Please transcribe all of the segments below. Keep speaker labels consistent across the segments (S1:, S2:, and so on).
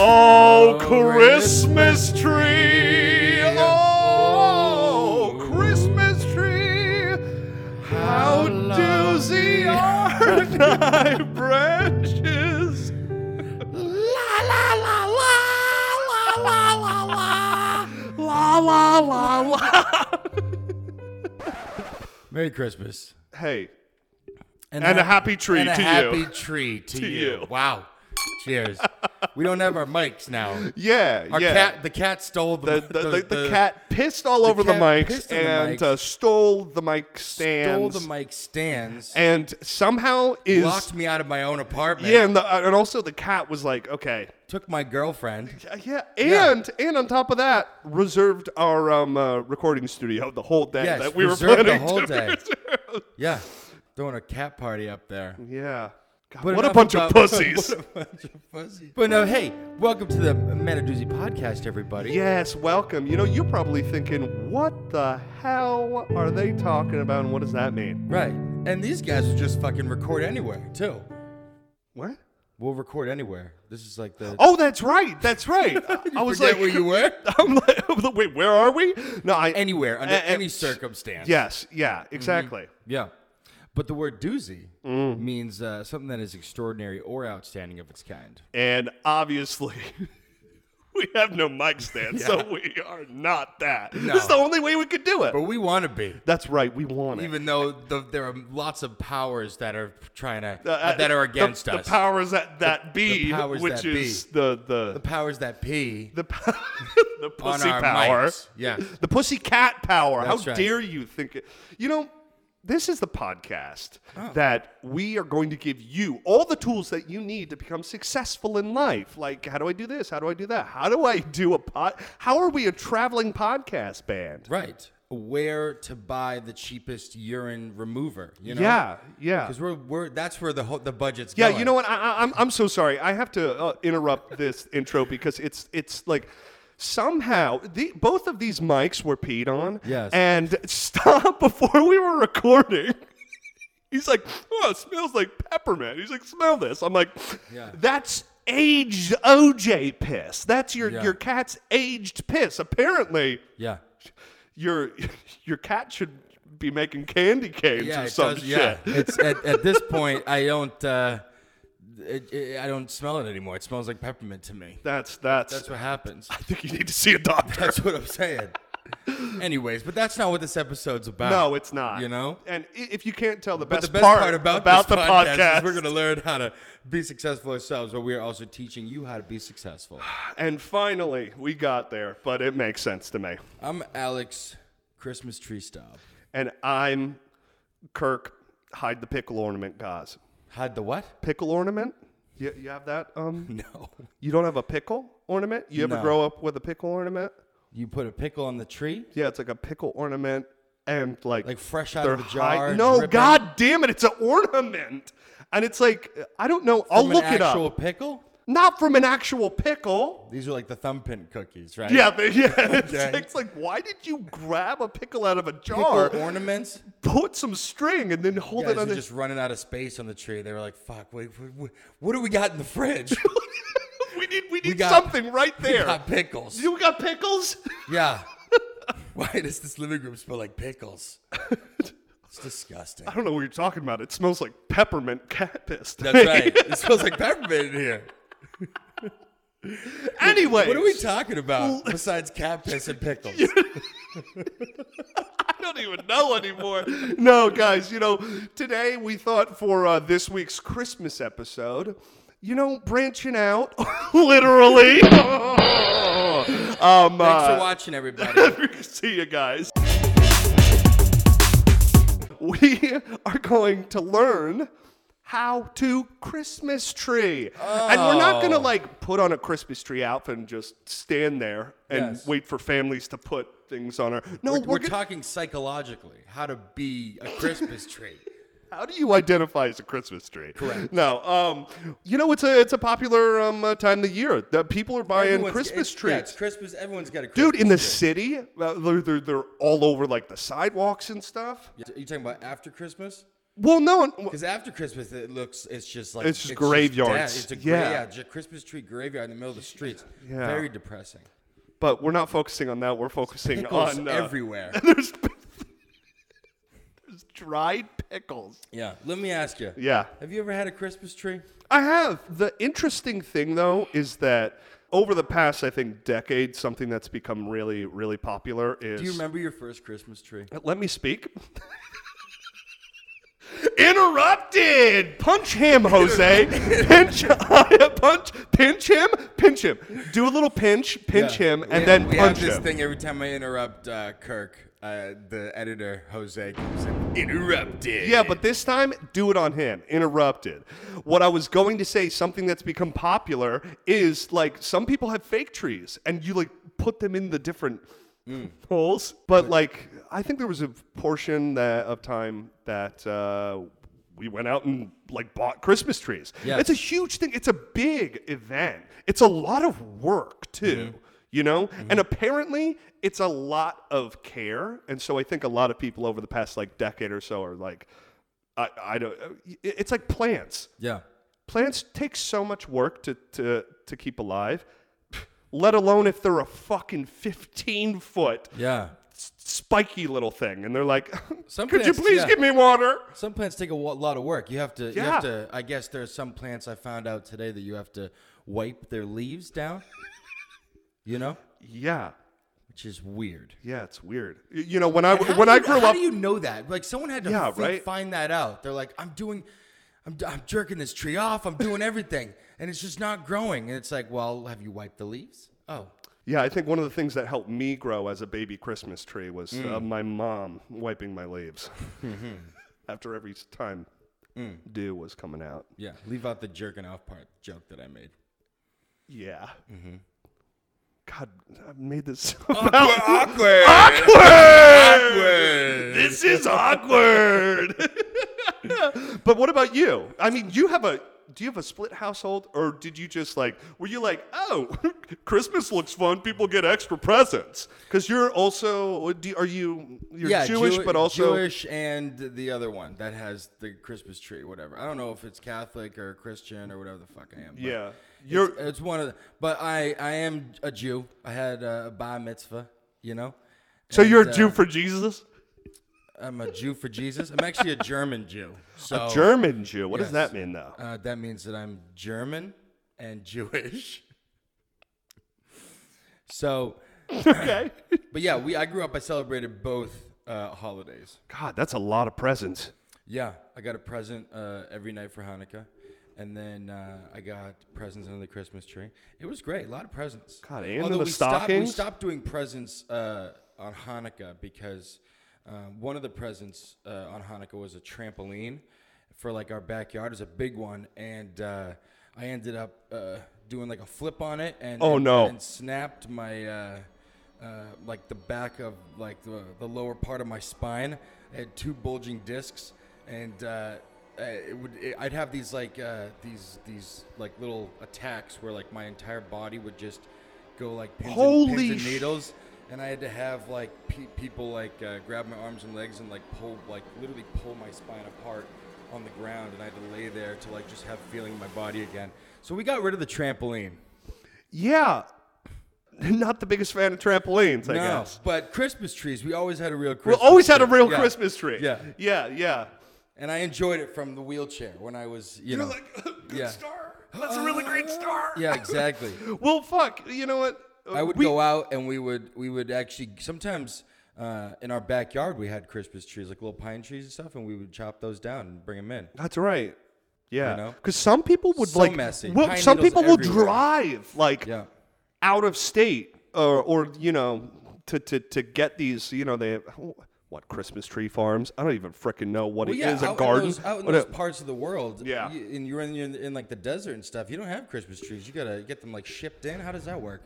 S1: Oh,
S2: Oh,
S1: Oh, my branches.
S3: La la la la la la la la la la la.
S2: Merry Christmas.
S1: Hey, and a
S2: hap-
S1: happy tree
S2: and a
S1: to
S2: happy
S1: you.
S2: tree to,
S1: To
S2: you.
S1: you.
S2: Wow. Cheers. we don't have our mics now.
S1: Yeah,
S2: Our
S1: yeah.
S2: cat, the cat stole the
S1: the, the, the, the, cat pissed all over the
S2: cat
S1: mics
S2: pissed on the
S1: and
S2: mics.
S1: Uh, stole the mic
S2: stole
S1: stands
S2: the mic stands,
S1: and somehow is
S2: locked me out of my own apartment.
S1: yeah and, the, uh, and also the cat was like okay
S2: took my girlfriend.
S1: Uh, yeah and and on top of that reserved our um, uh, recording studio the whole day
S2: Yes,
S1: that we were
S2: reserved
S1: planning
S2: the whole
S1: to
S2: day.
S1: reserve.
S2: Yeah, throwing a cat party up there.
S1: yeah God,
S2: But
S1: what a
S2: enough
S1: bunch of
S2: about-
S1: pussies
S2: what a bunch of pussies. But no, hey, welcome to the Manadoozy podcast, everybody.
S1: yes welcome you know you're probably thinking what the hell are they talking about and what does that mean
S2: Right. And these guys will just fucking record anywhere, too.
S1: what
S2: We'll record anywhere. This is like the.
S1: oh that's right that's right I- i was
S2: Forget
S1: like
S2: where you were?
S1: I'm like, I'm like, wait, where are we? No, I.
S2: Anywhere, under
S1: Eh, eh,
S2: any circumstance.
S1: Yes, yeah,
S2: Mm-hmm.
S1: exactly.
S2: Yeah. But the word doozy
S1: Mm.
S2: means uh, something that is extraordinary or outstanding of its kind.
S1: And obviously, we have no mic stand, so we are not that. This is the only way we could do it.
S2: But we want to be.
S1: That's right, we want it.
S2: Even though the, there are lots of powers that are trying to
S1: Uh, uh,
S2: that are against
S1: the,
S2: us,
S1: The powers that, that be,
S2: powers
S1: which
S2: that
S1: is the the
S2: the powers that pee
S1: the, p- the
S2: on
S1: pussy
S2: our
S1: power,
S2: mics. Yeah,
S1: the pussy cat power.
S2: That's
S1: How
S2: right.
S1: dare you think it? You know. This is the podcast
S2: Oh.
S1: that we are going to give you all the tools that you need to become successful in life. Like, how do I do this? How do I do that? How do I do a pod? How are we a traveling podcast band?
S2: right. Where to buy the cheapest urine remover? You know?
S1: Yeah, yeah.
S2: Because we're, we're that's where the whole, the budget's
S1: Uh, Yeah,
S2: going.
S1: you know what? I, I, I'm I'm so sorry. I have to uh, interrupt this intro because it's it's like somehow the, both of these mics were peed on.
S2: Yes.
S1: And stop before we were recording. He's like, oh, it smells like peppermint. He's like, smell this. I'm like,
S2: Yeah.
S1: that's aged OJ piss. That's your
S2: Yeah.
S1: your cat's aged piss. Apparently,
S2: Yeah.
S1: your your cat should be making candy canes
S2: Yeah,
S1: or
S2: it
S1: some
S2: does,
S1: shit.
S2: yeah. It's at, at this point I don't uh, it, it, I don't smell it anymore. It smells like peppermint to me.
S1: That's that's.
S2: That's what happens.
S1: I think you need to see a doctor.
S2: That's what I'm saying. Anyways, but that's not what this episode's about.
S1: No, it's not.
S2: You know?
S1: and i- if you can't tell, the
S2: But
S1: best,
S2: the best part, about,
S1: about the
S2: this podcast,
S1: podcast,
S2: is we're going to learn how to be successful ourselves, but we are also teaching you how to be successful.
S1: and finally we got there, but it makes sense to me.
S2: I'm Alex Christmas Tree Stop.
S1: And I'm Kirk. Hide the pickle ornament, guys.
S2: Hide the what?
S1: Pickle ornament. You, you have that? Um,
S2: No.
S1: you don't have a pickle ornament. You ever
S2: No.
S1: grow up with a pickle ornament?
S2: You put a pickle on the tree?
S1: Yeah, it's like a pickle ornament, and like
S2: Like fresh out
S1: they're
S2: of the
S1: high-
S2: jar,
S1: no,
S2: dripping?
S1: god damn it, it's an ornament, and it's like I don't know. I'll
S2: From
S1: look
S2: an
S1: it
S2: actual
S1: up.
S2: pickle?
S1: Not from an actual pickle.
S2: These are like the thumbprint cookies, right?
S1: Yeah, but yeah. It's,
S2: Okay.
S1: it's like, why did you grab a pickle out of a jar,
S2: Pickle ornaments?
S1: put some string, and then hold
S2: Guys
S1: it on the?
S2: were just running out of space on the tree. They were like, fuck, wait, what, what do we got in the fridge?
S1: we need, we need
S2: got-
S1: something right
S2: we
S1: there.
S2: got pickles.
S1: you got pickles?
S2: Yeah. Why does this living room smell like pickles? It's disgusting.
S1: I don't know what you're talking about. It smells like peppermint cat piss. to
S2: That's
S1: me.
S2: right. It smells like peppermint in here.
S1: Anyway,
S2: What are we talking about besides cat piss and pickles?
S1: I don't even know anymore. no, guys, you know, today we thought for uh, this week's Christmas episode, you know, branching out, literally. um,
S2: Thanks
S1: uh,
S2: for watching, everybody.
S1: See you guys. We are going to learn how to Christmas tree. And we're not
S2: Oh.
S1: going to like put on a Christmas tree outfit and just stand there and
S2: Yes.
S1: wait for families to put things on our. No, we're,
S2: We're, we're
S1: gonna-
S2: talking psychologically, how to be a Christmas tree.
S1: how do you identify as a Christmas tree? Correct. No, um, you know it's a it's a popular um, uh, time of the year. The people are buying
S2: Everyone's-
S1: Christmas
S2: it's- yeah,
S1: trees.
S2: it's Christmas. Everyone's got a Christmas
S1: Dude, in the
S2: tree.
S1: city, uh, they're, they're, they're all over like the sidewalks and stuff.
S2: Are you talking about after Christmas?
S1: Well, no,
S2: Because after Christmas, it looks it's just like
S1: It's just
S2: dead.
S1: graveyards.
S2: it's a
S1: Yeah.
S2: yeah, yeah, it's a Christmas tree graveyard in the middle of the streets.
S1: Yeah.
S2: Very depressing.
S1: But we're not focusing on that. We're focusing
S2: Pickles
S1: on uh,
S2: everywhere.
S1: There's, there's dried pickles.
S2: Yeah. Let me ask you.
S1: Yeah.
S2: Have you ever had a Christmas tree?
S1: I have. The interesting thing, though, is that over the past, I think, decade, something that's become really, really popular is.
S2: Do you remember your first Christmas tree?
S1: Let me speak. Interrupted. Punch him, Jose. pinch, uh, punch, pinch him, pinch him. Do a little pinch, pinch him, and
S2: We-
S1: then
S2: we
S1: punch
S2: have this
S1: him.
S2: thing every time I interrupt uh, Kirk. Uh, the editor Jose comes in. Interrupted.
S1: Yeah, but this time, do it on him. Interrupted. What I was going to say, something that's become popular is like some people have fake trees, and you like put them in the different holes. But like, I think there was a portion that of time that. Uh, we went out and like bought Christmas trees.
S2: Yes.
S1: It's a huge thing. It's a big event. It's a lot of work too, you know? And apparently it's a lot of care. And so I think a lot of people over the past like decade or so are like, I, I don't, it- it's like plants.
S2: Yeah.
S1: Plants take so much work to, to, to keep alive, let alone if they're a fucking 15 foot
S2: Yeah.
S1: s- spiky little thing. And they're like,
S2: Some
S1: could you
S2: plants,
S1: please
S2: yeah.
S1: give me water?
S2: Some plants take a wa- lot of work. You have to. You have
S1: Yeah.
S2: to. I guess there's some plants I found out today that you have to wipe their leaves down. you know,
S1: Yeah.
S2: which is weird.
S1: Yeah, it's weird. Y- You know, when I
S2: How
S1: when
S2: do
S1: I
S2: you-
S1: grew
S2: how
S1: up,
S2: do you know that? Like someone had to
S1: Yeah,
S2: f-
S1: right?
S2: find that out. They're like, I'm doing, I'm, d- I'm jerking this tree off. I'm doing everything, and it's just not growing. And it's like, well, have you wiped the leaves? Oh,
S1: yeah, I think one of the things that helped me grow as a baby Christmas tree was uh,
S2: Mm.
S1: my mom wiping my leaves
S2: Mm-hmm.
S1: after every time
S2: Mm.
S1: dew was coming out.
S2: yeah. Leave out the jerking off part joke that I made.
S1: Yeah. Mm-hmm. God, I made this. Oh,
S2: Awkward.
S1: this is awkward. but what about you? I mean, you have a do you have a split household, or did you just like were you like, oh, Christmas looks fun, people get extra presents? Because you're also do, are you you're
S2: yeah,
S1: Jewish,
S2: Jew-
S1: but also
S2: Jewish and the other one that has the Christmas tree, whatever. I don't know if it's Catholic or Christian or whatever the fuck I am. but
S1: yeah,
S2: it's-
S1: you're
S2: It's, one of the. But I, I am a Jew. I had a bar mitzvah, you know?
S1: so you're a
S2: uh,
S1: Jew for Jesus,
S2: I'm a Jew for Jesus. I'm actually a German Jew. So,
S1: German Jew. What does
S2: Oh. yes.
S1: that mean though?
S2: Uh, that means that I'm German and Jewish. So,
S1: okay,
S2: but yeah, we I grew up. I celebrated both uh, holidays.
S1: God, that's a lot of presents.
S2: Yeah, I got a present uh, every night for Hanukkah, and then uh, I got presents under the Christmas tree. It was great, a lot of presents.
S1: God, and
S2: Although
S1: the
S2: we stopped, we
S1: stockings?
S2: stopped doing presents uh, on Hanukkah because um, one of the presents uh, on Hanukkah was a trampoline for like our backyard. It was a big one, and uh, I ended up uh, doing like a flip on it, and
S1: Oh,
S2: and-
S1: no.
S2: and snapped my. Uh, uh, like the back of like the, the lower part of my spine. I had two bulging discs, and uh, uh, it would it, I'd have these like uh, these these like little attacks where like my entire body would just go like pins, and,
S1: Holy
S2: pins and
S1: sh-
S2: needles. And I had to have like pe- people like uh, grab my arms and legs and like pull like literally pull my spine apart on the ground, and I had to lay there to like just have feeling in my body again. So we got rid of the trampoline.
S1: Yeah, not the biggest fan of trampolines, I
S2: No,
S1: guess.
S2: but Christmas trees. We always had a real
S1: We
S2: Christmas.
S1: always had a
S2: tree.
S1: real
S2: Yeah.
S1: Christmas tree.
S2: Yeah.
S1: yeah, yeah.
S2: and I enjoyed it from the wheelchair when I was, you know,
S1: good
S2: Yeah.
S1: star. That's a really great star.
S2: yeah, exactly.
S1: Well, fuck. You know what?
S2: I would
S1: We-
S2: go out and we would we would actually sometimes uh, in our backyard we had Christmas trees like little pine trees and stuff, and we would chop those down and bring them in.
S1: That's right.
S2: You
S1: Yeah.
S2: know?
S1: Because some people would
S2: So
S1: like.
S2: messy.
S1: Well,
S2: Pine
S1: some
S2: needles
S1: people will
S2: everywhere.
S1: drive like
S2: Yeah.
S1: out of state or or you know to to to get these. You know they. Have, what Christmas tree farms? I don't even frickin' know what it
S2: yeah,
S1: is.
S2: out
S1: A
S2: in
S1: garden.
S2: those- out in
S1: What
S2: those
S1: a-
S2: parts of the world.
S1: Yeah.
S2: you, and you're in, you're in in like the desert and stuff. You don't have Christmas trees. You gotta get them like shipped in. How does that work?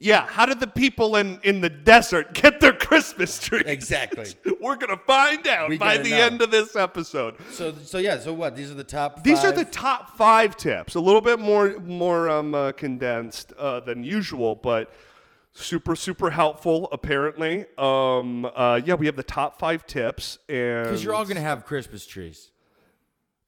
S1: yeah. How did the people in in the desert get their Christmas tree?
S2: Exactly.
S1: We're gonna find out
S2: We
S1: by
S2: gotta
S1: the
S2: know.
S1: end of this episode.
S2: so so yeah. So what? These are the top.
S1: These are
S2: five?
S1: the top five tips. A little bit more more um, uh, condensed uh, than usual, but super super helpful apparently. Um, uh, yeah, we have the top five tips, and
S2: Because you're all gonna have Christmas trees.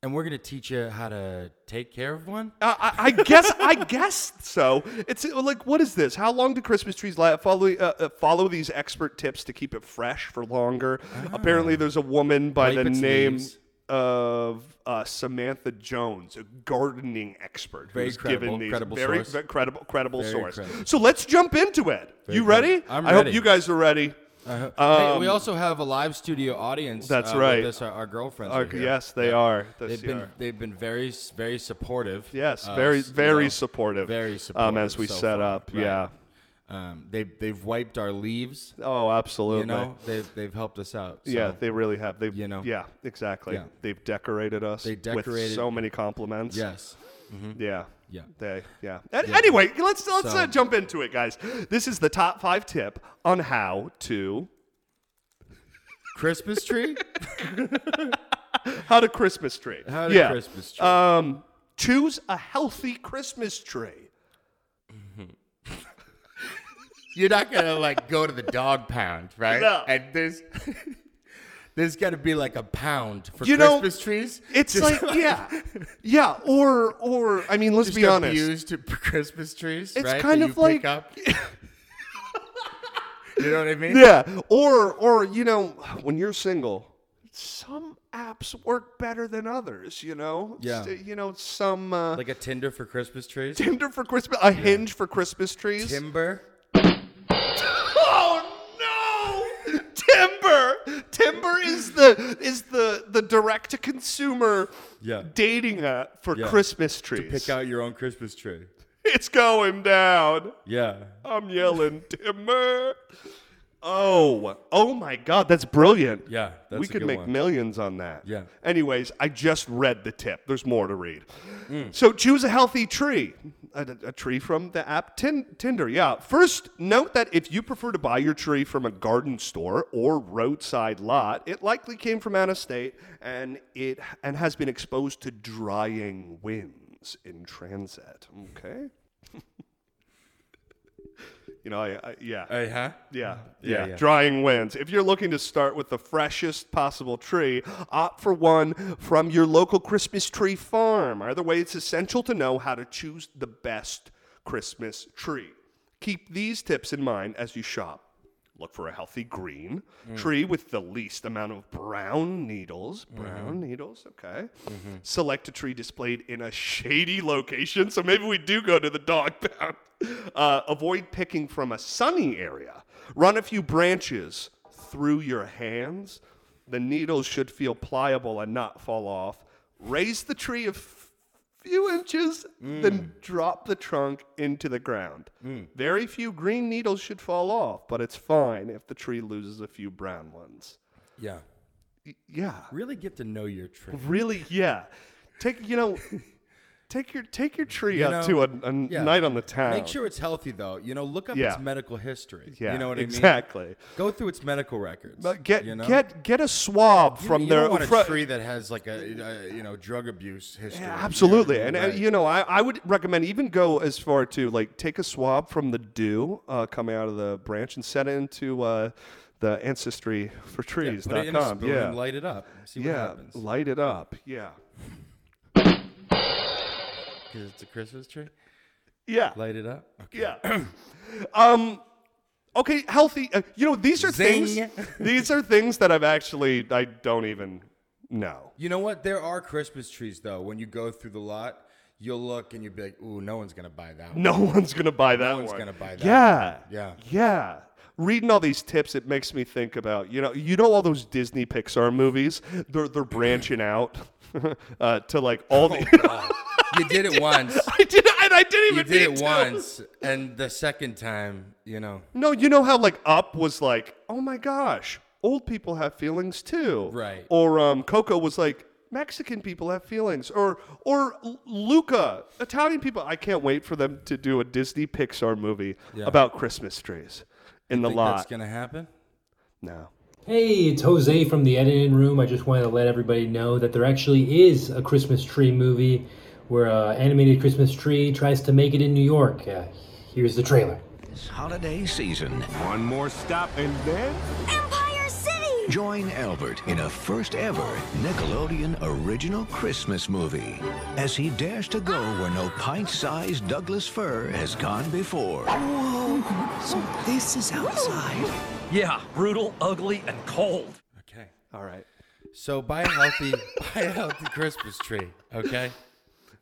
S2: And we're gonna teach you how to take care of one.
S1: Uh, I, I guess I guess so. It's uh, like what is this? How long do Christmas trees last? Follow uh, uh, follow these expert tips to keep it fresh for longer. Apparently, there's a woman by
S2: Wipe
S1: the
S2: Ah. its
S1: name
S2: leaves.
S1: of uh, Samantha Jones, a gardening expert,
S2: Very
S1: who's
S2: credible-
S1: given these
S2: credible
S1: very,
S2: source.
S1: ve- credible credible
S2: Very
S1: source.
S2: credible.
S1: So let's jump into it. you ready?
S2: credible. I'm
S1: I
S2: ready.
S1: hope you guys are ready.
S2: hey, we also have a live studio audience.
S1: That's
S2: uh, with
S1: right.
S2: us, our, our girlfriends.
S1: Uh,
S2: are here.
S1: Yes, they are. The
S2: They've
S1: CR.
S2: been they've been very s- very supportive.
S1: yes,
S2: uh,
S1: very
S2: s- you
S1: very
S2: know,
S1: supportive.
S2: Very supportive.
S1: Um, as we
S2: so
S1: set
S2: far,
S1: up,
S2: right.
S1: yeah.
S2: Um, they they've wiped our leaves.
S1: Oh, absolutely.
S2: You know, they've they've helped us out. So.
S1: Yeah, they really have. They've,
S2: you know?
S1: yeah, exactly.
S2: Yeah.
S1: They've decorated us.
S2: They
S1: with
S2: decorated-
S1: so many compliments. Mm-hmm.
S2: Yes.
S1: yeah,
S2: Yeah.
S1: They, yeah. A- Anyway, let's let's
S2: So-
S1: uh, jump into it, guys. This is the top five tip on how to
S2: Christmas tree.
S1: how to Christmas tree.
S2: How did
S1: yeah.
S2: Christmas tree?
S1: Um, choose a healthy Christmas tree.
S2: You're not gonna like go to the dog pound, right?
S1: No.
S2: And there's there's gotta be like a pound for
S1: You know,
S2: Christmas trees.
S1: It's
S2: Just,
S1: like yeah, yeah. Or or I mean, let's
S2: just
S1: be honest.
S2: abused to Christmas trees.
S1: It's
S2: right,
S1: kind
S2: that
S1: of
S2: you
S1: like-
S2: pick up. you know what I mean?
S1: Yeah. Or or you know, when you're single, some apps work better than others, you know?
S2: Yeah.
S1: S- you know, some uh,
S2: Like a Tinder for Christmas trees.
S1: Tinder for Christmas, a hinge for Christmas trees.
S2: Timber.
S1: oh no! Timber. Timber is the is the the direct to consumer
S2: Yeah.
S1: dating app for
S2: Yeah.
S1: Christmas trees.
S2: Pick out your own Christmas tree.
S1: It's going down.
S2: Yeah.
S1: I'm yelling Timber. Oh, oh my God, that's brilliant.
S2: Yeah. That's
S1: we
S2: a
S1: could
S2: good
S1: make
S2: one.
S1: millions on that.
S2: Yeah.
S1: Anyways, I just read the tip. There's more to read.
S2: Mm.
S1: So choose a healthy tree, a, a tree from the app Tin- Tinder. Yeah. First, note that if you prefer to buy your tree from a garden store or roadside lot, it likely came from out of state and it and has been exposed to drying winds in transit. Okay. you know, I, I yeah.
S2: Uh, huh?
S1: Yeah,
S2: Yeah,
S1: yeah,
S2: yeah.
S1: Drying winds. If you're looking to start with the freshest possible tree, opt for one from your local Christmas tree farm. Either way, it's essential to know how to choose the best Christmas tree. Keep these tips in mind as you shop. Look for a healthy green
S2: Mm.
S1: tree with the least amount of brown needles.
S2: Mm-hmm.
S1: Brown needles, okay. Select a tree displayed in a shady location. So maybe we do go to the dog pound. Uh, avoid picking from a sunny area. Run a few branches through your hands. The needles should feel pliable and not fall off. Raise the tree a few inches,
S2: Mm.
S1: then drop the trunk into the ground. Very few green needles should fall off, but it's fine if the tree loses a few brown ones.
S2: Yeah.
S1: Y- yeah.
S2: Really get to know your tree.
S1: Really? Yeah. Take, you know. Take your take your tree
S2: You
S1: out
S2: know,
S1: to a, a n-
S2: yeah.
S1: night on the town.
S2: Make sure it's healthy though. You know, look up
S1: Yeah.
S2: its medical history.
S1: yeah,
S2: you know what
S1: exactly.
S2: I mean? Go through its medical records.
S1: But get
S2: you know?
S1: get get a swab
S2: You-
S1: from
S2: you
S1: their
S2: don't want
S1: fro-
S2: a tree that has like a, a you know drug abuse history.
S1: Yeah, absolutely,
S2: Yeah,
S1: and,
S2: right.
S1: and you know, I, I would recommend even go as far to like take a swab from the dew uh, coming out of the branch and set it into uh, the ancestry for
S2: put it in a
S1: trees.com.
S2: spoon
S1: Yeah,
S2: and light it up. See what
S1: yeah,
S2: happens.
S1: light it up. Yeah,
S2: Because it's a Christmas tree.
S1: yeah,
S2: Light it up. Okay.
S1: yeah. um, okay, healthy. Uh, you know, these are
S2: Zing.
S1: things. these are things that I've actually I don't even know.
S2: You know what? There are Christmas trees though. When you go through the lot, you'll look and you'll be like, "Ooh, no one's gonna buy that." one.
S1: No one's gonna buy that. No
S2: one's gonna buy that
S1: Yeah.
S2: one. Yeah.
S1: Yeah. Reading all these tips, it makes me think about you know you know all those Disney Pixar movies. They're they're branching out uh, to like all the.
S2: You did it once.
S1: I did and I didn't
S2: Oh, You
S1: even
S2: did
S1: need
S2: it
S1: to.
S2: once, and the second time, you know,
S1: No, you know how like Up was like, oh my gosh, old people have feelings too.
S2: Right.
S1: Or um, Coco was like, Mexican people have feelings. Or or L- Luca, Italian people. I can't wait for them to do a Disney Pixar movie about Christmas trees in the
S2: think that's
S1: lot.
S2: gonna happen.
S1: No.
S4: Hey, it's Jose from the editing room. I just wanted to let everybody know that there actually is a Christmas tree movie where an animated Christmas tree tries to make it in New York. Uh, here's the trailer.
S5: holiday season.
S6: One more stop and then
S7: Empire City!
S5: Join Albert in a first ever Nickelodeon original Christmas movie as he dares to go where no pint sized Douglas fir has gone before.
S6: So this is outside.
S7: Yeah, brutal, ugly, and cold.
S2: Okay.
S1: All right.
S2: So buy a healthy, buy a healthy Christmas tree. Okay.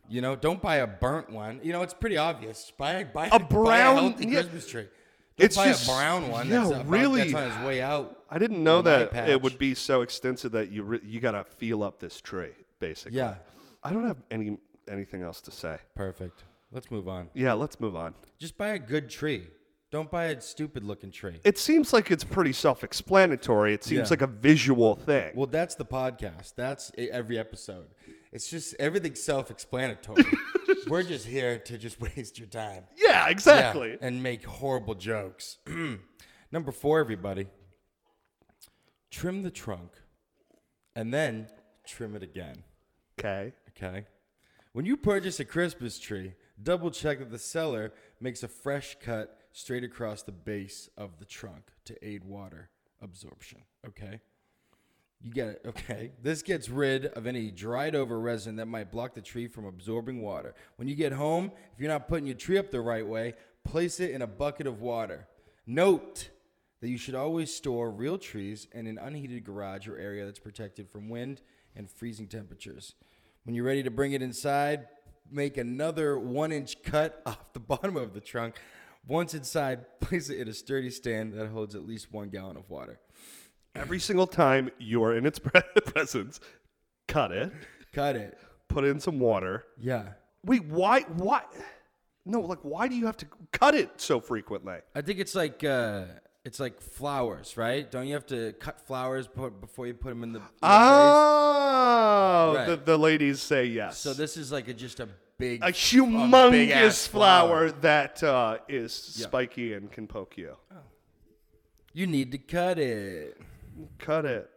S2: You know, don't buy a burnt one. You know, it's pretty obvious. Buy buy buy
S1: brown-
S2: a healthy
S1: yeah.
S2: Christmas tree. Don't
S1: It's
S2: buy
S1: just-
S2: a brown one.
S1: yeah,
S2: that's about-
S1: really.
S2: That's on its way out.
S1: I didn't know
S2: An eye
S1: that it
S2: patch.
S1: would be so extensive that you re- you gotta feel up this tree, basically.
S2: Yeah.
S1: I don't have any anything else to say.
S2: Perfect. Let's move on.
S1: Yeah, let's move on.
S2: Just buy a good tree. Don't buy a stupid looking tree.
S1: It seems like it's pretty self-explanatory. It seems
S2: Yeah.
S1: like a visual thing.
S2: Well, that's the podcast. That's e- every episode. It's just everything's self-explanatory. We're just here to just waste your time.
S1: yeah,
S2: Yeah,
S1: exactly.
S2: and make horrible jokes. Number four, everybody. Trim the trunk and then trim it again.
S1: Okay.
S2: Okay? When you purchase a Christmas tree, double check that the seller makes a fresh cut straight across the base of the trunk to aid water absorption. Okay? You get it. Okay. This gets rid of any dried over resin that might block the tree from absorbing water. When you get home, if you're not putting your tree up the right way, place it in a bucket of water. Note that you should always store real trees in an unheated garage or area that's protected from wind and freezing temperatures. When you're ready to bring it inside, make another one inch cut off the bottom of the trunk. Once inside, place it in a sturdy stand that holds at least one gallon of water.
S1: Every single time you are in its pre- presence, cut it,
S2: Cut it.
S1: put in some water.
S2: Yeah.
S1: Wait, why? Why? No, like, why do you have to cut it so frequently?
S2: I think it's like uh, it's like flowers, right? Don't you have to cut flowers po- before you put them in the? in the
S1: Ah.
S2: vase?
S1: Oh,
S2: Right.
S1: the, the ladies say yes.
S2: So this is like a, just a big,
S1: a
S2: big-ass
S1: humongous
S2: flower.
S1: flower, that uh, is
S2: Yeah. Oh.
S1: spiky and can poke you.
S2: You need to cut it.
S1: Cut it.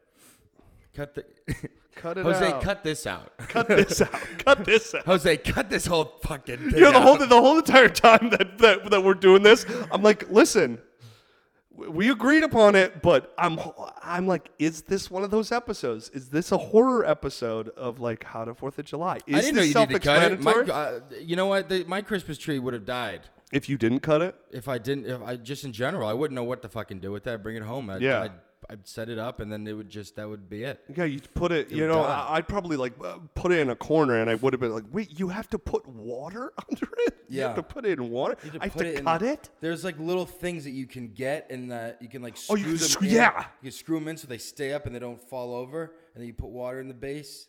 S2: Cut the.
S1: Cut it
S2: Jose,
S1: out.
S2: cut this out.
S1: Cut this out. Cut this out.
S2: Jose, cut this whole fucking. Thing
S1: You know, the whole
S2: out.
S1: the whole entire time that, that that we're doing this, I'm like, listen, w- we agreed upon it, but I'm I'm like, is this one of those episodes? Is this a horror episode of like How to Fourth of July? Is
S2: I didn't know
S1: this
S2: you need to cut it. My,
S1: self-explanatory?
S2: uh, you know what? The, my Christmas tree would have died
S1: if you didn't cut it,
S2: if I didn't. If I just in general, I wouldn't know what to fucking do with that. I'd bring it home. I'd,
S1: Yeah.
S2: I'd, I'd set it up, and then it would just that would be it.
S1: yeah, you put it. You know,
S2: die.
S1: I, I'd probably like uh, put it in a corner, and I would have been like, wait, you have to put water under it. you
S2: Yeah.
S1: have to put it in water.
S2: You
S1: I have
S2: put
S1: to
S2: in-
S1: cut it.
S2: There's like little things that you can get, and that you can like
S1: Oh,
S2: screw
S1: you can
S2: them
S1: screw-
S2: in.
S1: yeah.
S2: You can screw them in so they stay up and they don't fall over, and then you put water in the base,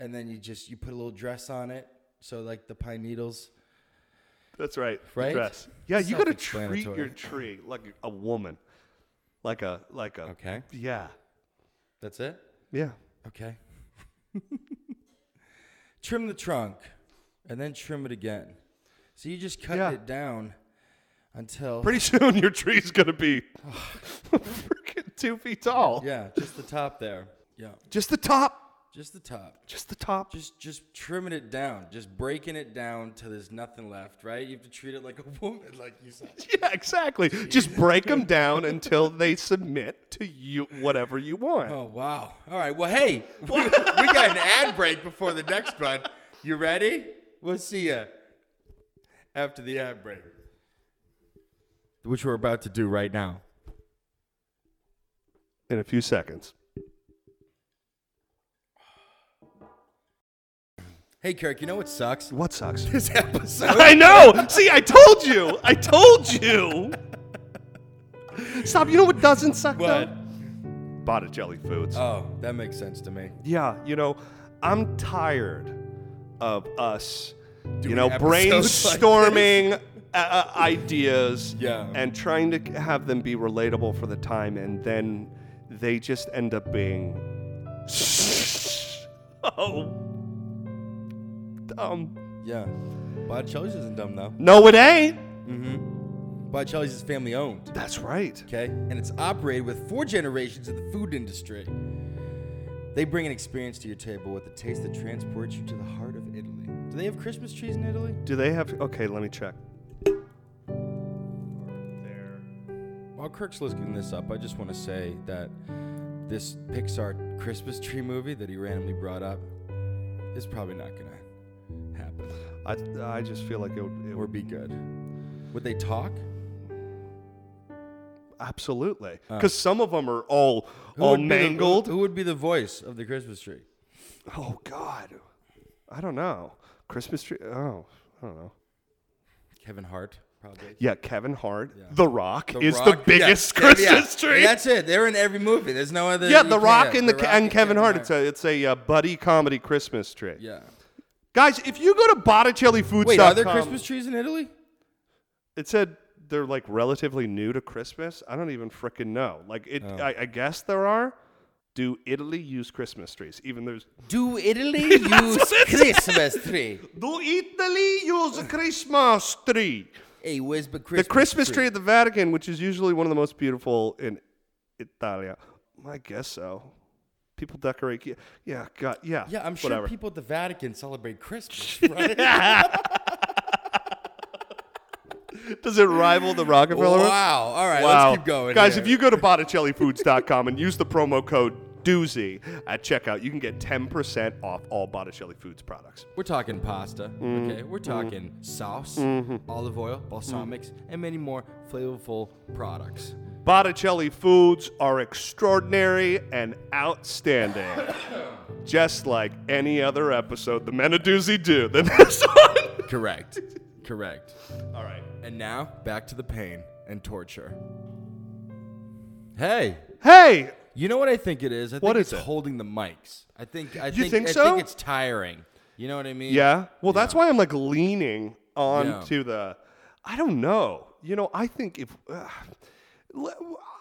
S2: and then you just you put a little dress on it, so like the pine needles.
S1: That's right. the
S2: Right?
S1: dress. Yeah, you gotta treat
S2: Self-explanatory.
S1: your tree like a woman, like a like a.
S2: Okay,
S1: Yeah.
S2: that's it.
S1: Yeah.
S2: Okay. trim the trunk, and then trim it again. So you just cut
S1: Yeah.
S2: it down until
S1: Pretty soon your tree's gonna be freaking two feet tall.
S2: yeah, just the top there. Yeah,
S1: Just the top.
S2: just the top.
S1: Just the top.
S2: just just trimming it down, just breaking it down till there's nothing left, right? You have to treat it like a woman, like you said.
S1: Yeah, exactly. Just break them down until they submit to you whatever you want.
S2: Oh wow! All right, well, hey, we, we got an ad break before the next one. You ready? We'll see ya after the ad break, which we're about to do right now.
S1: In a few seconds.
S2: Hey, Kirk, you know what sucks?
S1: What sucks?
S2: This episode.
S1: I know. See, I told you. I told you. Stop. You know what Uh, doesn't suck
S2: What?
S1: though? Botticelli foods.
S2: Oh, that makes sense to me.
S1: Yeah, you know, I'm tired of us, you
S2: Doing
S1: know,
S2: episodes like
S1: brainstorming uh, uh, ideas
S2: Yeah.
S1: and trying to have them be relatable for the time, and then they just end up being oh dumb.
S2: Yeah, Botticelli's isn't dumb though.
S1: No, it ain't.
S2: Botticelli's is family owned.
S1: That's right.
S2: okay? And it's operated with four generations of the food industry. They bring an experience to your table with a taste that transports you to the heart of Italy. Do they have Christmas trees in Italy?
S1: Do they have? Okay, let me check.
S2: While Kirk's looking this up, I just want to say that this Pixar Christmas tree movie that he randomly brought up is probably not gonna happen
S1: I, I just feel like it, would- it
S2: or
S1: would
S2: be good. Would they talk?
S1: absolutely because some of them are all all
S2: Uh. would be the-
S1: mangled.
S2: who would be the voice of the Christmas tree?
S1: oh God, I don't know. Christmas tree. Oh, I don't know.
S2: Kevin Hart, probably.
S1: Yeah, Kevin Hart, The Rock is
S2: Rock-
S1: the biggest
S2: yeah, yeah, yeah.
S1: Christmas tree.
S2: That's it. They're in every movie. There's no other.
S1: yeah,
S2: you
S1: The
S2: can't-
S1: Rock and the,
S2: Rock
S1: and Kevin Hart. It's
S2: Hart.
S1: a it's a uh, buddy comedy Christmas tree.
S2: yeah.
S1: Guys, if you go to Botticelli Food
S2: Wait, are there Christmas trees in Italy?
S1: It said they're like relatively new to Christmas. I don't even frickin' know. Like it,
S2: Oh.
S1: I, I guess there are. Do Italy use Christmas trees? Even there's.
S2: Do Italy use Christmas tree?
S1: Do Italy use a Christmas tree?
S2: Hey, where's the
S1: The
S2: Christmas?
S1: Christmas tree at the Vatican, which is usually one of the most beautiful in Italia. I guess so. People decorate. Yeah, yeah God, yeah.
S2: Yeah, I'm sure
S1: whatever.
S2: people at the Vatican celebrate Christmas, right?
S1: Does it rival the Rockefeller? one?
S2: wow. All right,
S1: Wow.
S2: let's keep going.
S1: Guys,
S2: here.
S1: if you go to BotticelliFoods.com and use the promo code doozy at checkout, you can get 10% off all Botticelli Foods products.
S2: We're talking pasta,
S1: Mm-hmm.
S2: okay? We're talking sauce, olive oil, balsamics,
S1: Mm-hmm.
S2: and many more flavorful products.
S1: Botticelli Foods are extraordinary and outstanding. Just like any other episode, the men of doozy do than this one.
S2: Correct. Correct.
S1: All right.
S2: And now, back to the pain and torture. Hey,
S1: Hey,
S2: you know what I think it is? I think
S1: What
S2: it's
S1: is it?
S2: holding the mics. I think I
S1: You
S2: think,
S1: think
S2: I
S1: so?
S2: think it's tiring. You know what I mean?
S1: Yeah. Well, that's why I'm like leaning
S2: Yeah.
S1: on to the. I don't know. You know, I think if uh,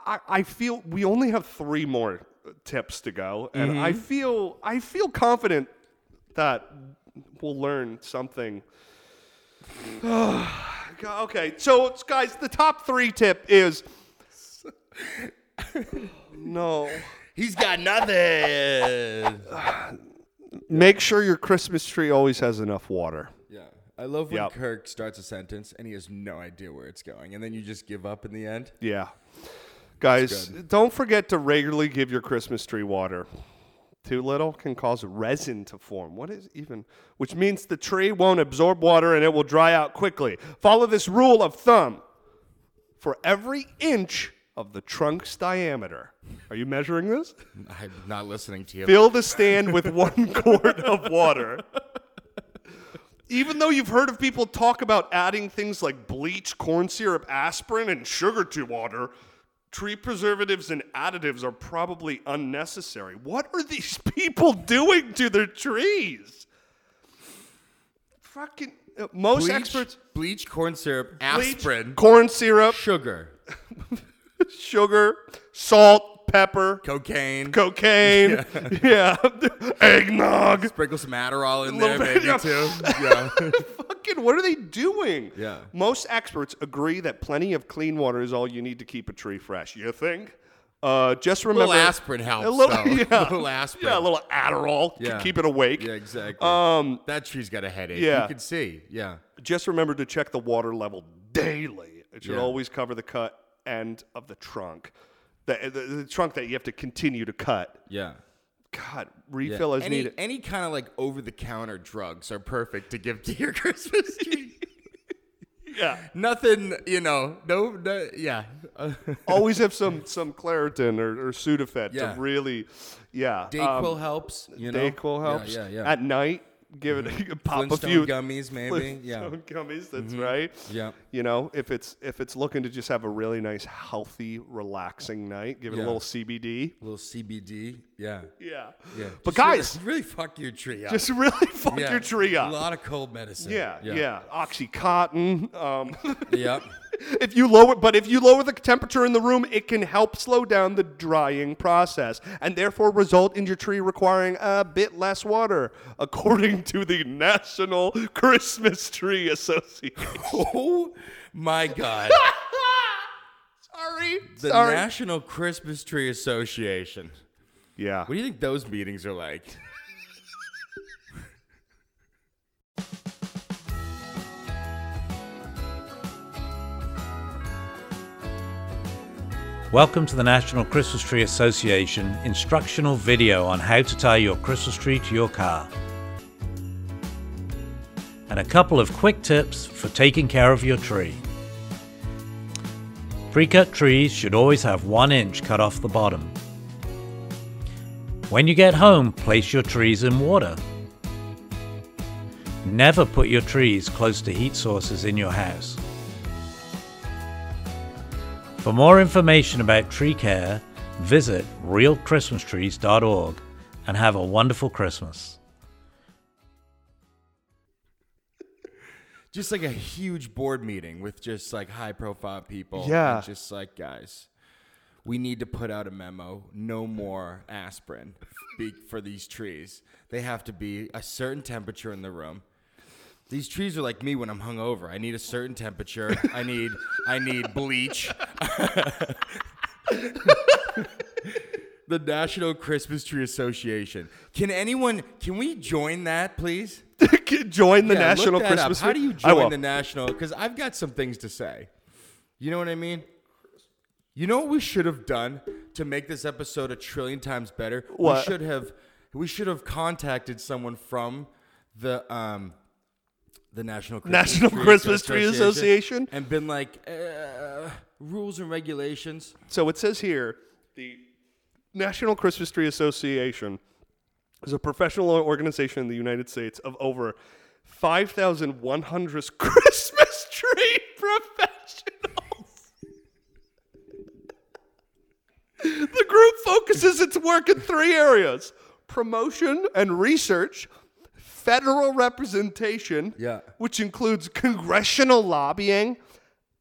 S1: I, I feel we only have three more tips to go, and I feel I feel confident that we'll learn something. okay, so it's- guys, the top three tip is. no.
S2: He's got nothing.
S1: Make sure your Christmas tree always has enough water.
S2: yeah. I love when
S1: Yep.
S2: Kirk starts a sentence and he has no idea where it's going, and then you just give up in the end.
S1: Yeah. Guys, don't forget to regularly give your Christmas tree water. Too little can cause resin to form. What is even? Which means the tree won't absorb water and it will dry out quickly. Follow this rule of thumb for every inch of the trunk's diameter. Are you measuring this?
S2: I'm not listening to you.
S1: Fill the stand with one quart of water. Even though you've heard of people talk about adding things like bleach, corn syrup, aspirin, and sugar to water, tree preservatives and additives are probably unnecessary. What are these people doing to their trees? Fucking uh, most
S2: bleach,
S1: experts
S2: bleach, corn syrup,
S1: bleach,
S2: aspirin,
S1: corn syrup,
S2: sugar,
S1: sugar, salt, pepper,
S2: cocaine.
S1: cocaine, yeah. eggnog.
S2: sprinkle some Adderall in there,
S1: Little
S2: maybe
S1: bit, yeah.
S2: too. Yeah.
S1: Fucking, what are they doing?
S2: Yeah.
S1: Most experts agree that plenty of clean water is all you need to keep a tree fresh. You think? Uh, just remember,
S2: aspirin helps,
S1: A little,
S2: though.
S1: yeah.
S2: A little aspirin.
S1: Yeah, a little Adderall
S2: Yeah.
S1: to keep it awake.
S2: yeah, exactly.
S1: Um,
S2: that tree's got a headache.
S1: yeah.
S2: You can see. Yeah.
S1: just remember to check the water level daily. It should
S2: Yeah.
S1: always cover the cut end of the trunk, the, the, the trunk that you have to continue to cut.
S2: Yeah.
S1: God,
S2: Yeah.
S1: refill as
S2: any,
S1: needed.
S2: Any kind of like over the counter drugs are perfect to give to your Christmas tree.
S1: yeah.
S2: Nothing, you know, no, no yeah. Uh,
S1: always have some some Claritin or, or Sudafed
S2: Yeah.
S1: to really, yeah. um,
S2: Dayquil helps, you know.
S1: Dayquil
S2: Yeah,
S1: helps.
S2: Yeah, yeah.
S1: At night, give it a pop a
S2: Flintstone
S1: few
S2: gummies, maybe. Yeah. Mm-hmm.
S1: Flintstone gummies. That's right.
S2: Yeah.
S1: You know, if it's if it's looking to just have a really nice, healthy, relaxing night, give it
S2: Yeah.
S1: a little CBD.
S2: little CBD. Yeah.
S1: Yeah.
S2: Yeah.
S1: But
S2: Just really-
S1: guys,
S2: really, fuck your tree up.
S1: just really fuck
S2: Yeah.
S1: your tree
S2: A
S1: up.
S2: lot of cold medicine.
S1: Yeah, yeah, Oxycontin. Um,
S2: Yep.
S1: if you lower, but if you lower the temperature in the room, it can help slow down the drying process and therefore result in your tree requiring a bit less water, according to the National Christmas Tree Association.
S2: oh my god.
S1: Sorry,
S2: The
S1: sorry.
S2: National Christmas Tree Association.
S1: yeah.
S2: What do you think those meetings are like?
S8: Welcome to the National Christmas Tree Association instructional video on how to tie your Christmas tree to your car. And a couple of quick tips for taking care of your tree. Pre cut trees should always have one inch cut off the bottom. When you get home, place your trees in water. Never put your trees close to heat sources in your house. For more information about tree care, visit realchristmastrees.org and have a wonderful Christmas.
S2: Just like a huge board meeting with just like high profile people. and
S1: Yeah.
S2: just like, guys, we need to put out a memo no more aspirin be- for these trees. They have to be a certain temperature in the room. These trees are like me when I'm hungover. I need a certain temperature. I need I need bleach. the National Christmas Tree Association. Can anyone can we join that please?
S1: join the
S2: Yeah, look
S1: National
S2: that up.
S1: Christmas.
S2: How do you
S1: I will.
S2: join the national? Because I've got some things to say. You know what I mean? You know what we should have done to make this episode a trillion times better?
S1: What?
S2: We should have we should have contacted someone from the um the National Christmas
S1: National
S2: Tree
S1: Christmas Tree Association?
S2: and been like uh, rules and regulations.
S1: So it says here the National Christmas Tree Association is a professional organization in the United States of over 5,100 Christmas tree professionals. the group focuses its work in three areas promotion and research. Federal representation,
S2: Yeah.
S1: which includes congressional lobbying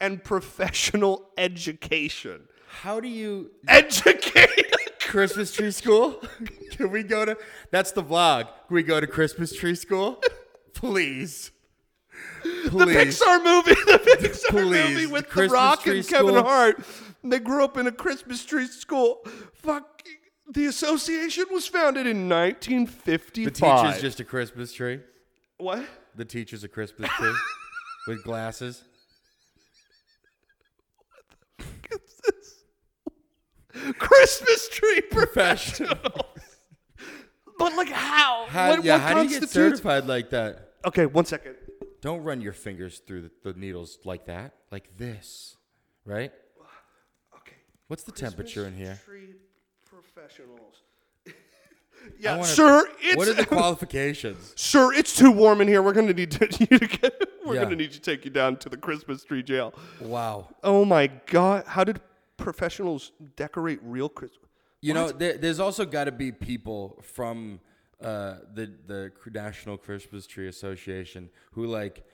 S1: and professional education
S2: How do you
S1: educate.
S2: Christmas tree school? Can we go to? That's the vlog. Can we go to Christmas tree school? Please.
S1: the
S2: Please.
S1: Pixar movie, the Pixar
S2: Please,
S1: movie
S2: the
S1: with The
S2: Christmas
S1: Rock
S2: tree
S1: and Kevin
S2: school.
S1: Hart. They grew up in a Christmas tree school. Fuck. The association was founded in
S2: The
S1: 1955.
S2: teacher's just a Christmas tree.
S1: what?
S2: The teacher's a Christmas tree with glasses.
S1: Christmas tree
S2: Professional.
S1: professionals. but like how?
S2: How,
S1: what
S2: yeah,
S1: what
S2: how do you get
S1: constitutes?
S2: certified like that?
S1: okay, one second.
S2: Don't run your fingers through the, the needles like that, like this, right?
S1: Okay.
S2: What's the temperature in here?
S1: Tree professionals. yeah,
S2: wanna-
S1: sir. It's
S2: What are the qualifications?
S1: sir, it's too warm in here. We're gonna need to, you to get, we're
S2: Yeah.
S1: gonna need to take you down to the Christmas tree jail.
S2: Wow.
S1: Oh my god, how did professionals decorate real Christmas?
S2: You know, there, there's also got to be people from uh, the the National Christmas Tree Association who like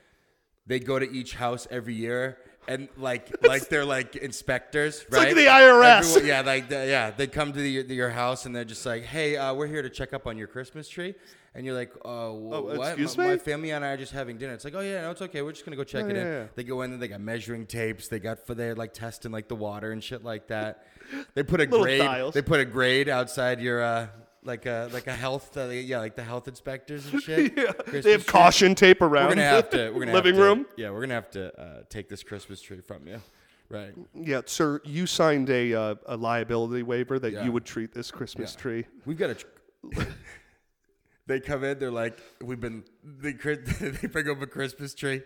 S2: they go to each house every year and like like they're like inspectors, right?
S1: like the IRS.
S2: Everyone- yeah, like the, yeah, they come to the, the- your house and they're just like, "Hey, uh, we're here to check up on your Christmas tree." And you're like, "Oh, wh-
S1: Oh,
S2: what?
S1: excuse
S2: my,
S1: me?"
S2: my family and I are just having dinner." It's like, "Oh yeah, no, it's okay. We're just gonna go check
S1: Yeah,
S2: it in."
S1: yeah, yeah.
S2: They go in there, they got measuring tapes. They got for they're like testing like the water and shit like that. They put a
S1: Little
S2: grade.
S1: dials.
S2: They put a grade outside your uh, like a like a health uh, yeah like the health inspectors and shit. yeah,
S1: They have caution tape around.
S2: We're gonna have to. We're gonna
S1: living
S2: have to,
S1: room.
S2: Yeah, we're gonna have to uh, take this Christmas tree from you. Right.
S1: Yeah, sir, you signed a uh, a liability waiver that
S2: Yeah.
S1: you would treat this Christmas
S2: Yeah.
S1: tree.
S2: We've got a. Tr- they come in. They're like, we've been. They, cri- they bring up a Christmas tree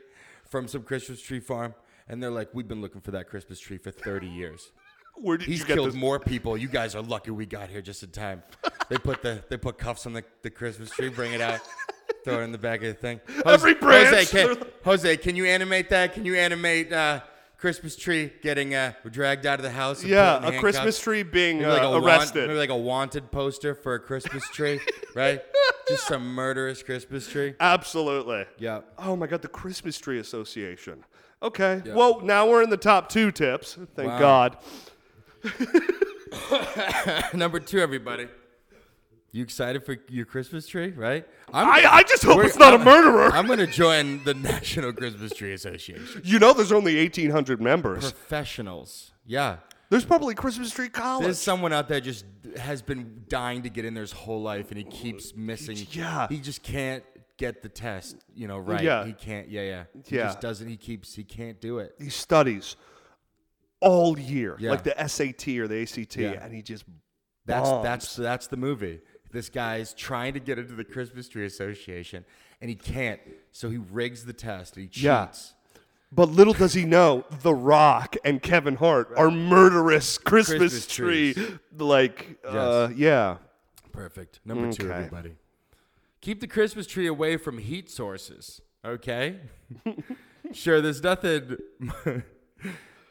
S2: from some Christmas tree farm, and they're like, we've been looking for that Christmas tree for thirty years.
S1: Where did
S2: He's
S1: you get
S2: killed
S1: this?
S2: more people. You guys are lucky we got here just in time. they put the they put cuffs on the, the Christmas tree, bring it out, throw it in the back of the thing. Jose,
S1: Every branch,
S2: Jose
S1: they're
S2: can, Jose, can you animate that? Can you animate uh, Christmas tree getting uh, dragged out of the house? and
S1: Yeah,
S2: put in
S1: a
S2: handcuffs?
S1: Christmas tree being
S2: Maybe like
S1: uh,
S2: a
S1: arrested.
S2: Want, maybe like a wanted poster for a Christmas tree, right? Just some murderous Christmas tree.
S1: Absolutely.
S2: Yeah.
S1: Oh my God, the Christmas Tree Association. Okay. Well, now we're in the top two tips. Thank
S2: Wow.
S1: God.
S2: Number two, everybody. You excited for your Christmas tree, right? I'm,
S1: I, I just hope
S2: We're-
S1: it's not a
S2: I'm-
S1: murderer.
S2: I'm going to join the National Christmas Tree Association.
S1: you know, there's only 1,800 members.
S2: Professionals. Yeah.
S1: There's probably Christmas Tree College.
S2: There's someone out there just has been dying to get in there his whole life and he keeps missing.
S1: Yeah.
S2: He just can't get the test, you know, right.
S1: Yeah.
S2: He can't. Yeah, yeah. He
S1: Yeah.
S2: just doesn't. He keeps, he can't do it.
S1: these studies all year,
S2: Yeah.
S1: like the SAT or the ACT,
S2: Yeah.
S1: and he just
S2: That's
S1: bombs.
S2: that's that's the movie. This guy's trying to get into the Christmas Tree Association, and he can't. So he rigs the test. And he cheats.
S1: Yeah. But little does he know, The Rock and Kevin Hart are murderous Christmas,
S2: Christmas
S1: tree. Like, uh, yeah.
S2: Perfect. Number two,
S1: Okay.
S2: everybody. Keep the Christmas tree away from heat sources. Okay. sure. There's nothing.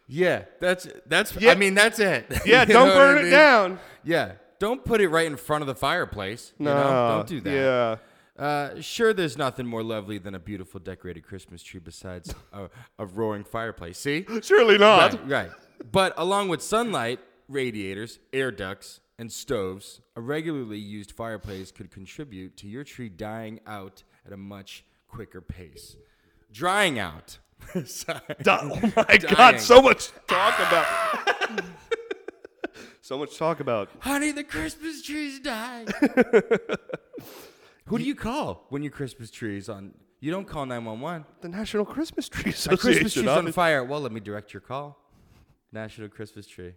S2: yeah. That's that's.
S1: Yeah.
S2: I mean, that's it.
S1: Yeah,
S2: You
S1: don't
S2: know what I
S1: burn it
S2: mean?
S1: down.
S2: Yeah. Don't put it right in front of the fireplace. You know?
S1: Uh,
S2: Don't do that.
S1: Yeah.
S2: Uh, sure, there's nothing more lovely than a beautiful decorated Christmas tree besides a, a roaring fireplace. See?
S1: Surely not.
S2: Right, right. But along with sunlight, radiators, air ducts, and stoves, a regularly used fireplace could contribute to your tree dying out at a much quicker pace. Drying out. Sorry.
S1: Oh my
S2: Dying.
S1: God, so much talk about. so much talk about.
S2: Honey, the Christmas tree's dying. Who do you call when your Christmas tree is on? You don't call 911.
S1: The National Christmas Tree
S2: My
S1: Association.
S2: Christmas tree's on
S1: obvi-
S2: fire. Well, let me direct your call. National Christmas Tree.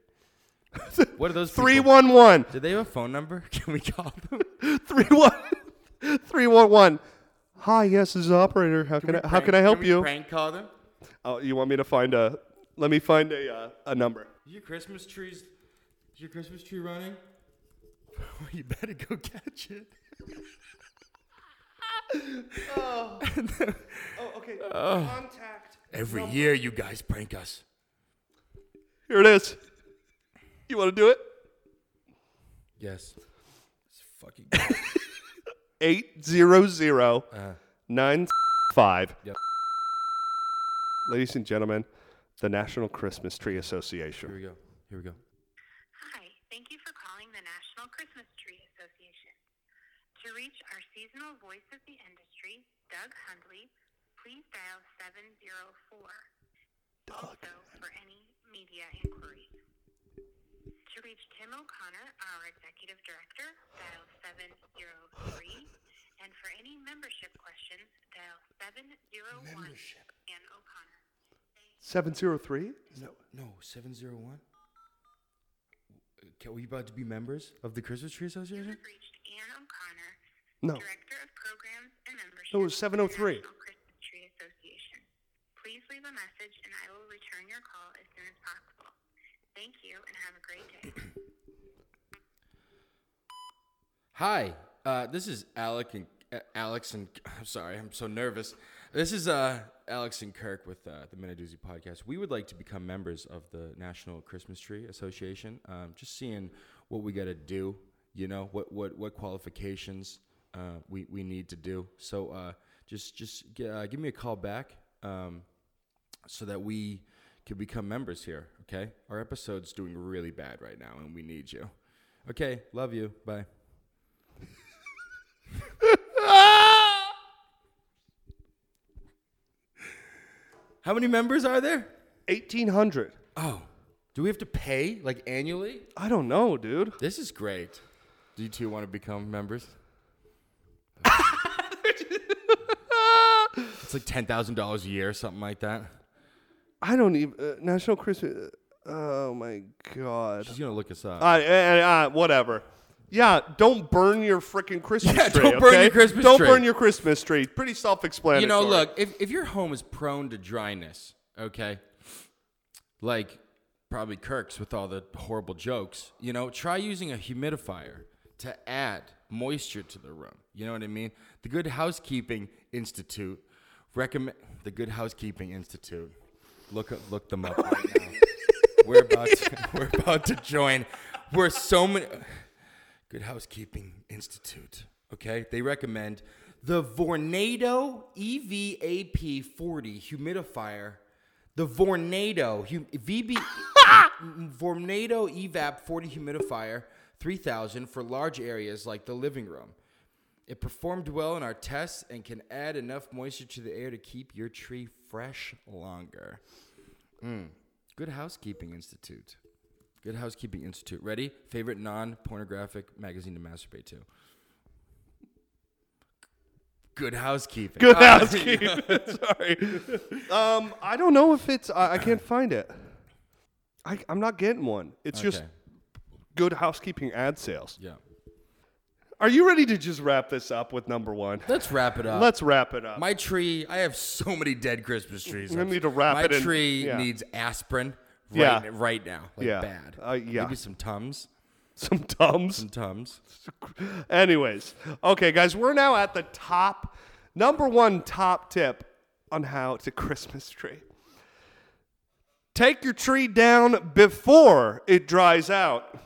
S2: What are those? people?
S1: 311.
S2: Do they have a phone number? Can we call them?
S1: 31- 311. Hi, yes, this is operator. How can, I, how can I help you?
S2: Prank call them.
S1: Oh, you want me to find a? Let me find a uh, a number.
S2: Your Christmas tree's. Is your Christmas tree running? Well, you better go catch it. Oh.
S1: Okay. Contact.
S2: Every year you guys prank us.
S1: Here it is. You want to do it?
S2: Yes. fucking.
S1: Eight zero zero nine five.
S2: Uh-huh. Yep.
S1: Ladies and gentlemen, the National Christmas Tree Association.
S2: Here we go. Here we go.
S9: Hi, thank you for calling the National Christmas Tree Association. To reach our seasonal voice of the industry, Doug Hundley, please dial 704. Also, for any media inquiries. To reach Tim O'Connor, our executive director, dial 703. And for any membership questions, dial 701 and O'Connor.
S1: Seven zero three.
S2: No, no, seven zero one. Can we about to be members of the Christmas Tree Association?
S9: You've reached Ann O'Connor,
S1: No.
S9: Director of Programs and Membership.
S1: No, it was 703.
S9: of the National Christmas Tree Association. Please leave a message and I will return your call as soon as possible. Thank you and have a great day.
S2: Hi, uh, this is Alec and uh, Alex and I'm sorry, I'm so nervous. This is uh, Alex and Kirk with uh, the Minidoozy podcast. We would like to become members of the National Christmas Tree Association. Um, just seeing what we got to do, you know, what what what qualifications uh, we we need to do. So uh, just just g- uh, give me a call back. Um, so that we can become members here, okay? Our episode's doing really bad right now and we need you. Okay, love you. Bye. How many members are there?
S1: Eighteen hundred.
S2: Oh, do we have to pay like annually?
S1: I don't know, dude.
S2: This is great. Do you two want to become members? it's like $10,000 a year, something like that.
S1: I don't even uh, National Christmas. Oh my God.
S2: She's going to look us up.
S1: Uh, uh, uh, whatever. Yeah, don't burn your freaking Christmas
S2: Yeah,
S1: tree.
S2: don't burn your
S1: okay?
S2: Christmas
S1: Don't
S2: tree.
S1: burn your Christmas tree. Pretty self-explanatory.
S2: you know, look, if, if your home is prone to dryness, okay, like probably Kirk's with all the horrible jokes, you know, try using a humidifier to add moisture to the room. You know what I mean? The Good Housekeeping Institute recommend the Good Housekeeping Institute. Look up, look them up right now. we're about to, we're about to join. We're so many. Good Housekeeping Institute. Okay, they recommend the Vornado E EVAP 40 humidifier. The Vornado hum, VB Vornado E EVAP 40 humidifier 3000 for large areas like the living room. It performed well in our tests and can add enough moisture to the air to keep your tree fresh longer. Mm. Good Housekeeping Institute. Good Housekeeping Institute. Ready? Favorite non pornographic magazine to masturbate to? Good Housekeeping. Uh,
S1: Good housekeeping. Sorry. Um, I don't know if it's. I, I can't find it. I, I'm not getting one. It's just
S2: Okay.
S1: good housekeeping ad sales.
S2: Yeah.
S1: Are you ready to just wrap this up with number one?
S2: Let's wrap it up.
S1: Let's wrap it up.
S2: Uh, My tree. I have so many dead Christmas trees.
S1: We need to wrap
S2: My
S1: it in-
S2: tree
S1: yeah.
S2: needs aspirin. Right,
S1: Yeah.
S2: right now, like
S1: Yeah.
S2: bad.
S1: Uh, yeah.
S2: maybe some tums,
S1: Some Tums.
S2: some tums.
S1: Anyways, okay, guys, we're now at the top, number one top tip on how to Christmas tree. Take your tree down before it dries out.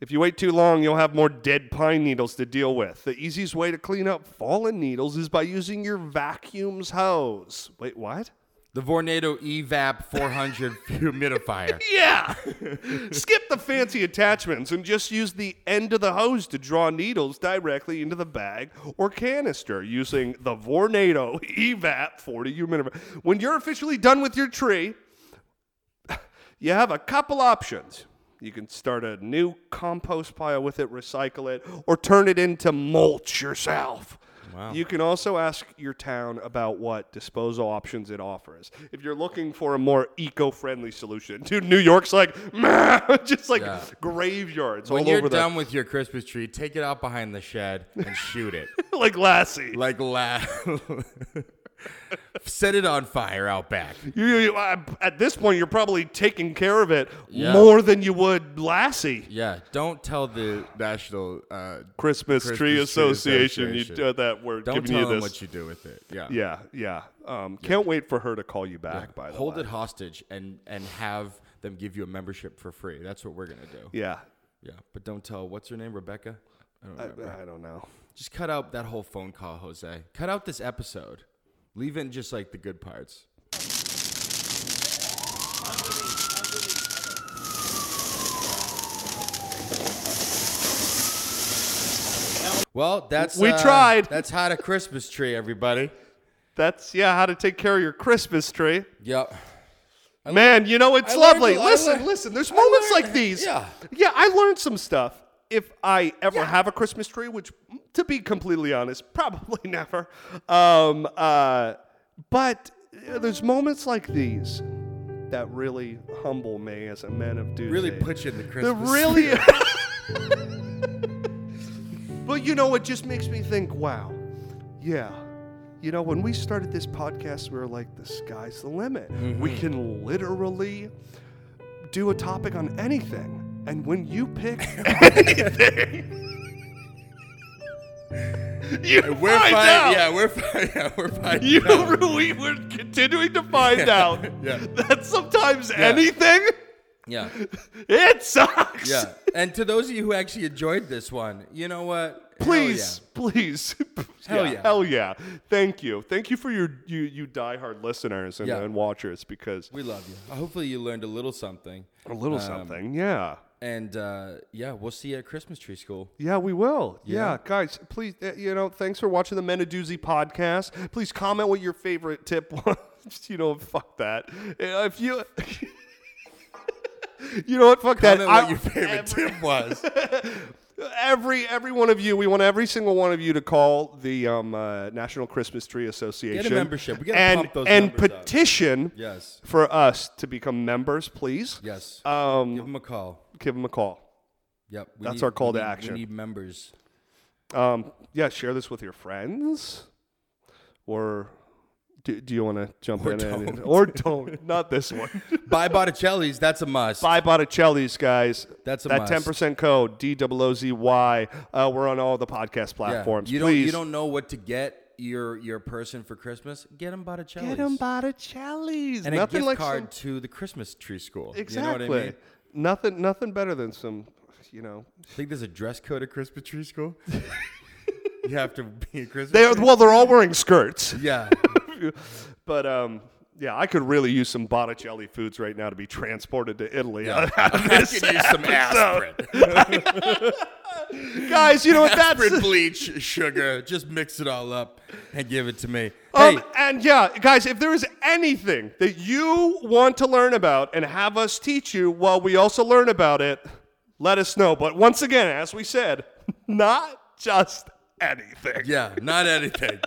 S1: If you wait too long, you'll have more dead pine needles to deal with. The easiest way to clean up fallen needles is by using your vacuum's hose. Wait, what?
S2: The Vornado E EVAP 400 humidifier.
S1: Yeah. Skip the fancy attachments and just use the end of the hose to draw needles directly into the bag or canister using the Vornado E EVAP 40 humidifier. When you're officially done with your tree, you have a couple options. You can start a new compost pile with it, recycle it, or turn it into mulch yourself. You can also ask your town about what disposal options it offers. If you're looking for a more eco-friendly solution, dude, New York's like, "Meh," just like
S2: Yeah.
S1: graveyards
S2: When
S1: all
S2: you're
S1: over
S2: done with your Christmas tree, take it out behind the shed and shoot it.
S1: the like Lassie.
S2: like la Set it on fire out back.
S1: You, you- uh, at this point, you're probably taking care of it
S2: Yeah.
S1: more than you would Lassie.
S2: Yeah, don't tell the National uh,
S1: Christmas,
S2: Christmas
S1: Tree
S2: Tree
S1: Association. You
S2: Association.
S1: uh, that word.
S2: Don't
S1: giving
S2: tell
S1: you
S2: them
S1: this.
S2: what you do with it. Yeah.
S1: Yeah, yeah. Um, Can't wait for her to call you back. By the
S2: Hold
S1: way.
S2: it hostage and and have them give you a membership for free. That's what we're gonna do. Yeah,
S1: Yeah,
S2: but don't tell. What's her name? Rebecca. I don't
S1: I,
S2: remember.
S1: I don't know.
S2: just cut out that whole phone call, Jose. Cut out this episode. Leave in just like the good parts. Well, that's
S1: We
S2: uh,
S1: tried.
S2: That's how to Christmas tree, everybody.
S1: That's yeah. How to take care of your Christmas tree,
S2: Yep.
S1: man? You know it's
S2: I learned
S1: lovely.
S2: a lot. I
S1: listen,
S2: learned-
S1: listen. There's
S2: I
S1: moments
S2: learned-
S1: like these.
S2: yeah.
S1: yeah. I learned some stuff. If I ever have a Christmas tree, which, to be completely honest, probably never. Um, uh, but uh, there's moments like these that really humble me as a man of duty.
S2: Really put you in the
S1: The
S2: Christmas.
S1: really. but you know, it just makes me think. Wow, yeah. You know, when we started this podcast, we were like, the sky's the limit.
S2: Mm-hmm.
S1: We can literally do a topic on anything. And when you pick anything, you
S2: We're
S1: find
S2: fine.
S1: out.
S2: Yeah, we're fine. Yeah, we're fine.
S1: You
S2: Yeah.
S1: really were continuing to find out
S2: Yeah.
S1: that sometimes anything,
S2: yeah.
S1: it sucks.
S2: Yeah. And to those of you who actually enjoyed this one, you know what? Hell
S1: please, please,
S2: Hell yeah.
S1: hell yeah! Thank you, thank you for your you you diehard listeners and,
S2: Yeah.
S1: and watchers because
S2: yeah. We love you. Hopefully you learned a little something.
S1: a little something, yeah,
S2: And uh, yeah, we'll see you at Christmas tree school.
S1: yeah, we will, yeah,
S2: Yeah.
S1: guys, please, uh, you know, thanks for watching the Menadoozy podcast. Please comment what your favorite tip was. you know, fuck that. Uh, If you. You know what? Fuck that.
S2: Comment what
S1: I-
S2: your favorite
S1: every-
S2: tip was.
S1: Every every one of you, we want every single one of you to call the um, uh, National Christmas Tree Association.
S2: membership. We gotta
S1: and
S2: pump those
S1: and
S2: numbers up.
S1: petition
S2: Yes.
S1: for us to become members, please.
S2: Yes.
S1: Um,
S2: Give them a call.
S1: give them a call.
S2: Yep. we
S1: that's
S2: need-
S1: our call
S2: we
S1: to
S2: need-
S1: action.
S2: We need members.
S1: Um, yeah, share this with your friends, or do, do you want to jump in? and-
S2: don't.
S1: or don't. Not this one.
S2: Buy Botticelli's. That's a must.
S1: Buy Botticelli's, guys.
S2: That's a
S1: that
S2: must.
S1: ten percent code D O Z Y. Uh, we're on all the podcast
S2: Yeah.
S1: platforms.
S2: You don't.
S1: Please
S2: You don't know what to get your your person for Christmas. Get them Botticelli's.
S1: Get them Botticelli's.
S2: and a
S1: nothing
S2: gift
S1: like
S2: card
S1: some-
S2: to the Christmas tree school.
S1: exactly.
S2: You know what I mean?
S1: Nothing. Nothing better than some. You know,
S2: Think there's a dress code at Christmas tree school? you have to be a Christmas.
S1: they are,
S2: tree?
S1: well, they're all wearing skirts.
S2: Yeah.
S1: But um, yeah, I could really use some Botticelli foods right now to be transported to Italy.
S2: I could use some aspirin.
S1: Guys, you know what?
S2: aspirin,
S1: That's
S2: bleach, sugar. Just mix it all up and give it to me.
S1: um,
S2: hey,
S1: and yeah, guys, if there is anything that you want to learn about and have us teach you while we also learn about it, let us know. But once again, as we said, not just anything.
S2: yeah, not anything,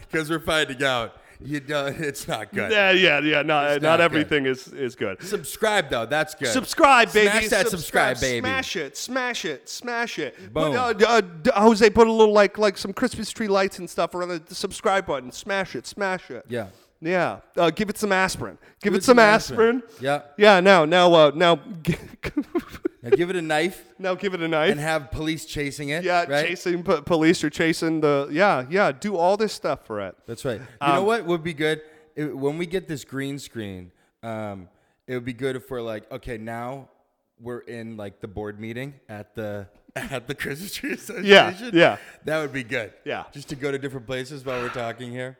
S2: because we're finding out You don't, it's not good.
S1: Yeah, yeah, yeah. Not,
S2: It's
S1: not
S2: not
S1: everything is, is good.
S2: Subscribe though. That's good.
S1: Subscribe, baby.
S2: Smash that subscribe, baby.
S1: Smash it, smash it, smash it.
S2: Boom.
S1: Put, uh, uh, d- Jose put a little like like some Christmas tree lights and stuff around the, the subscribe button. Smash it, smash it.
S2: Yeah.
S1: Yeah. Uh, give it some aspirin. Give, it some aspirin.
S2: Yeah.
S1: Yeah. Now, now, uh, now, g-
S2: Now give it a knife
S1: now, give it a knife.
S2: and have police chasing it.
S1: yeah,
S2: right?
S1: chasing p- police or chasing the yeah, yeah. Do all this stuff for it.
S2: That's right. You know
S1: Um,
S2: what would be good It- when we get this green screen? Um, it would be good if we're like, okay, now we're in like the board meeting at the at the Christmas Tree Association.
S1: yeah.
S2: That would be good.
S1: Yeah.
S2: Just to go to different places while we're talking here.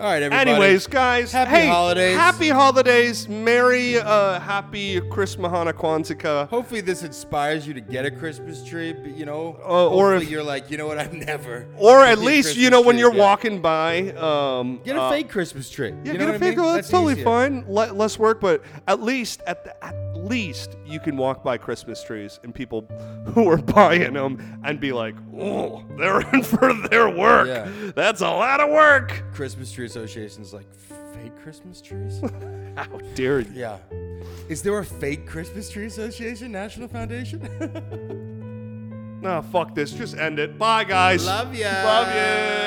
S2: All right, everybody.
S1: Anyways, guys,
S2: Happy
S1: hey,
S2: holidays.
S1: Happy holidays. Merry, uh, happy Christmas, Kwanzaa.
S2: Hopefully this inspires you to get a Christmas tree, but you know,
S1: Uh, or
S2: hopefully
S1: if-
S2: you're like, you know what, I'm never.
S1: Or
S2: gonna
S1: at
S2: get a
S1: least, you
S2: Christmas
S1: know, when
S2: tree
S1: you're
S2: again.
S1: walking by. Um,
S2: get a
S1: uh,
S2: fake Christmas tree.
S1: Yeah,
S2: you
S1: get
S2: know what I
S1: a fake.
S2: mean?
S1: oh, That's, totally
S2: easier.
S1: fine. Le- less work, but at least at the, at least you can walk by Christmas trees and people who are buying them and be like, oh, they're in for their work.
S2: Yeah.
S1: That's a lot of work.
S2: Christmas Tree Association's like fake Christmas trees.
S1: How dare you?
S2: yeah. Is there a fake Christmas Tree Association National Foundation?
S1: Nah, fuck this. Just end it. Bye, guys.
S2: Love ya.
S1: Love you.